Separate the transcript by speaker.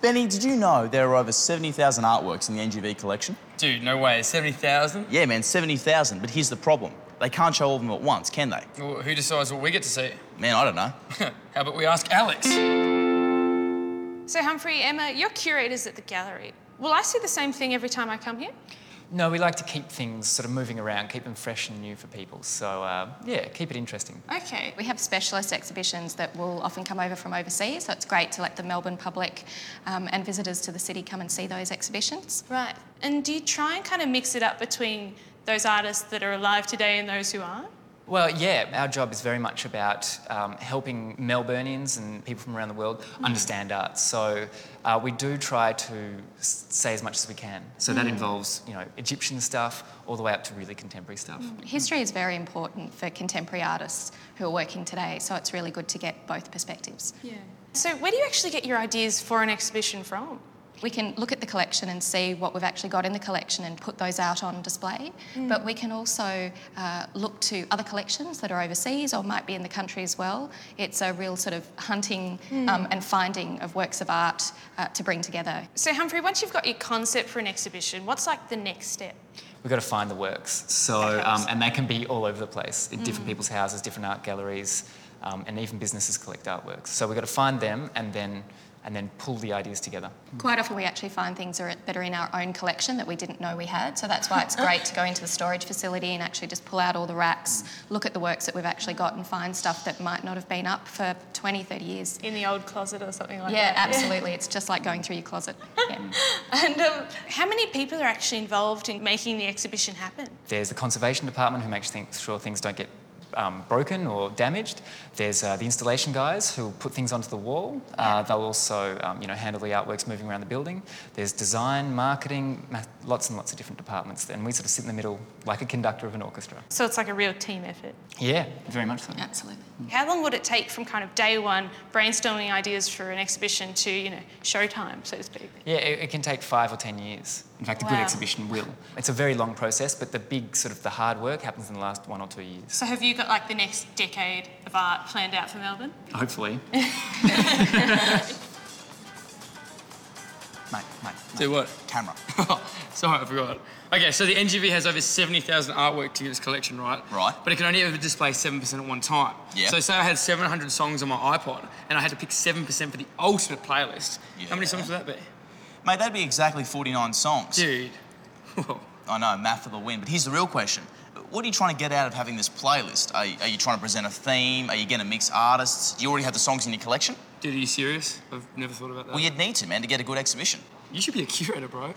Speaker 1: Benny, did you know there are over 70,000 artworks in the NGV collection?
Speaker 2: Dude, no way. 70,000?
Speaker 1: Yeah, man, 70,000. But here's the problem they can't show all of them at once, can they?
Speaker 2: Well, who decides what we get to see?
Speaker 1: Man, I don't know.
Speaker 2: How about we ask Alex?
Speaker 3: So, Humphrey, Emma, you're curators at the gallery. Will I see the same thing every time I come here?
Speaker 4: No, we like to keep things sort of moving around, keep them fresh and new for people. So, uh, yeah, keep it interesting.
Speaker 3: Okay.
Speaker 5: We have specialist exhibitions that will often come over from overseas, so it's great to let the Melbourne public um, and visitors to the city come and see those exhibitions.
Speaker 3: Right. And do you try and kind of mix it up between those artists that are alive today and those who aren't?
Speaker 4: Well, yeah, our job is very much about um, helping Melburnians and people from around the world understand art. So uh, we do try to s- say as much as we can. So that involves, you know, Egyptian stuff all the way up to really contemporary stuff.
Speaker 5: History is very important for contemporary artists who are working today, so it's really good to get both perspectives.
Speaker 3: Yeah. So, where do you actually get your ideas for an exhibition from?
Speaker 5: We can look at the collection and see what we've actually got in the collection and put those out on display. But we can also uh, look to other collections that are overseas or might be in the country as well. It's a real sort of hunting um, and finding of works of art uh, to bring together.
Speaker 3: So, Humphrey, once you've got your concept for an exhibition, what's like the next step?
Speaker 4: We've got to find the works. So, um, and they can be all over the place in different people's houses, different art galleries, um, and even businesses collect artworks. So we've got to find them and then and then pull the ideas together.
Speaker 5: Quite often, we actually find things are, that are in our own collection that we didn't know we had. So that's why it's great to go into the storage facility and actually just pull out all the racks, look at the works that we've actually got, and find stuff that might not have been up for 20, 30 years.
Speaker 3: In the old closet or something like
Speaker 5: Yeah,
Speaker 3: that?
Speaker 5: absolutely. It's just like going through your closet. Yeah.
Speaker 3: And um, how many people are actually involved in making the exhibition happen?
Speaker 4: There's the conservation department who makes things, sure things don't get um, broken or damaged. There's uh, the installation guys who put things onto the wall. Uh, they'll also um, you know handle the artworks moving around the building. There's design, marketing, ma- lots and lots of different departments, and we sort of sit in the middle like a conductor of an orchestra.
Speaker 3: So, it's like a real team effort.
Speaker 4: Yeah, very much so.
Speaker 5: Absolutely.
Speaker 3: How long would it take from kind of day one brainstorming ideas for an exhibition to, you know, showtime, so to speak?
Speaker 4: Yeah, it, it can take five or ten years. In fact, a good
Speaker 3: Wow.
Speaker 4: exhibition will. It's a very long process, but the big sort of the hard work happens in the last one or two years.
Speaker 3: So have you got like the next decade of art planned out for Melbourne?
Speaker 4: Hopefully. mate, mate.
Speaker 2: Do what?
Speaker 1: Camera.
Speaker 2: Sorry, I forgot. Okay, so the NGV has over 70,000 artwork to its collection, right?
Speaker 1: Right.
Speaker 2: But it can only ever display 7% at one time.
Speaker 1: Yeah.
Speaker 2: So say I had 700 songs on my iPod and I had to pick 7% for the ultimate playlist. How
Speaker 1: Yeah.
Speaker 2: many songs would that be?
Speaker 1: Mate, that'd be exactly 49 songs.
Speaker 2: Dude. Whoa.
Speaker 1: I know, math for the win. But here's the real question What are you trying to get out of having this playlist? Are, are you trying to present a theme? Are you going to mix artists? Do you already have the songs in your collection?
Speaker 2: Dude, are you serious? I've never thought about that.
Speaker 1: Well, you'd need to, man, to get a good exhibition.
Speaker 2: you should be a curator, bro.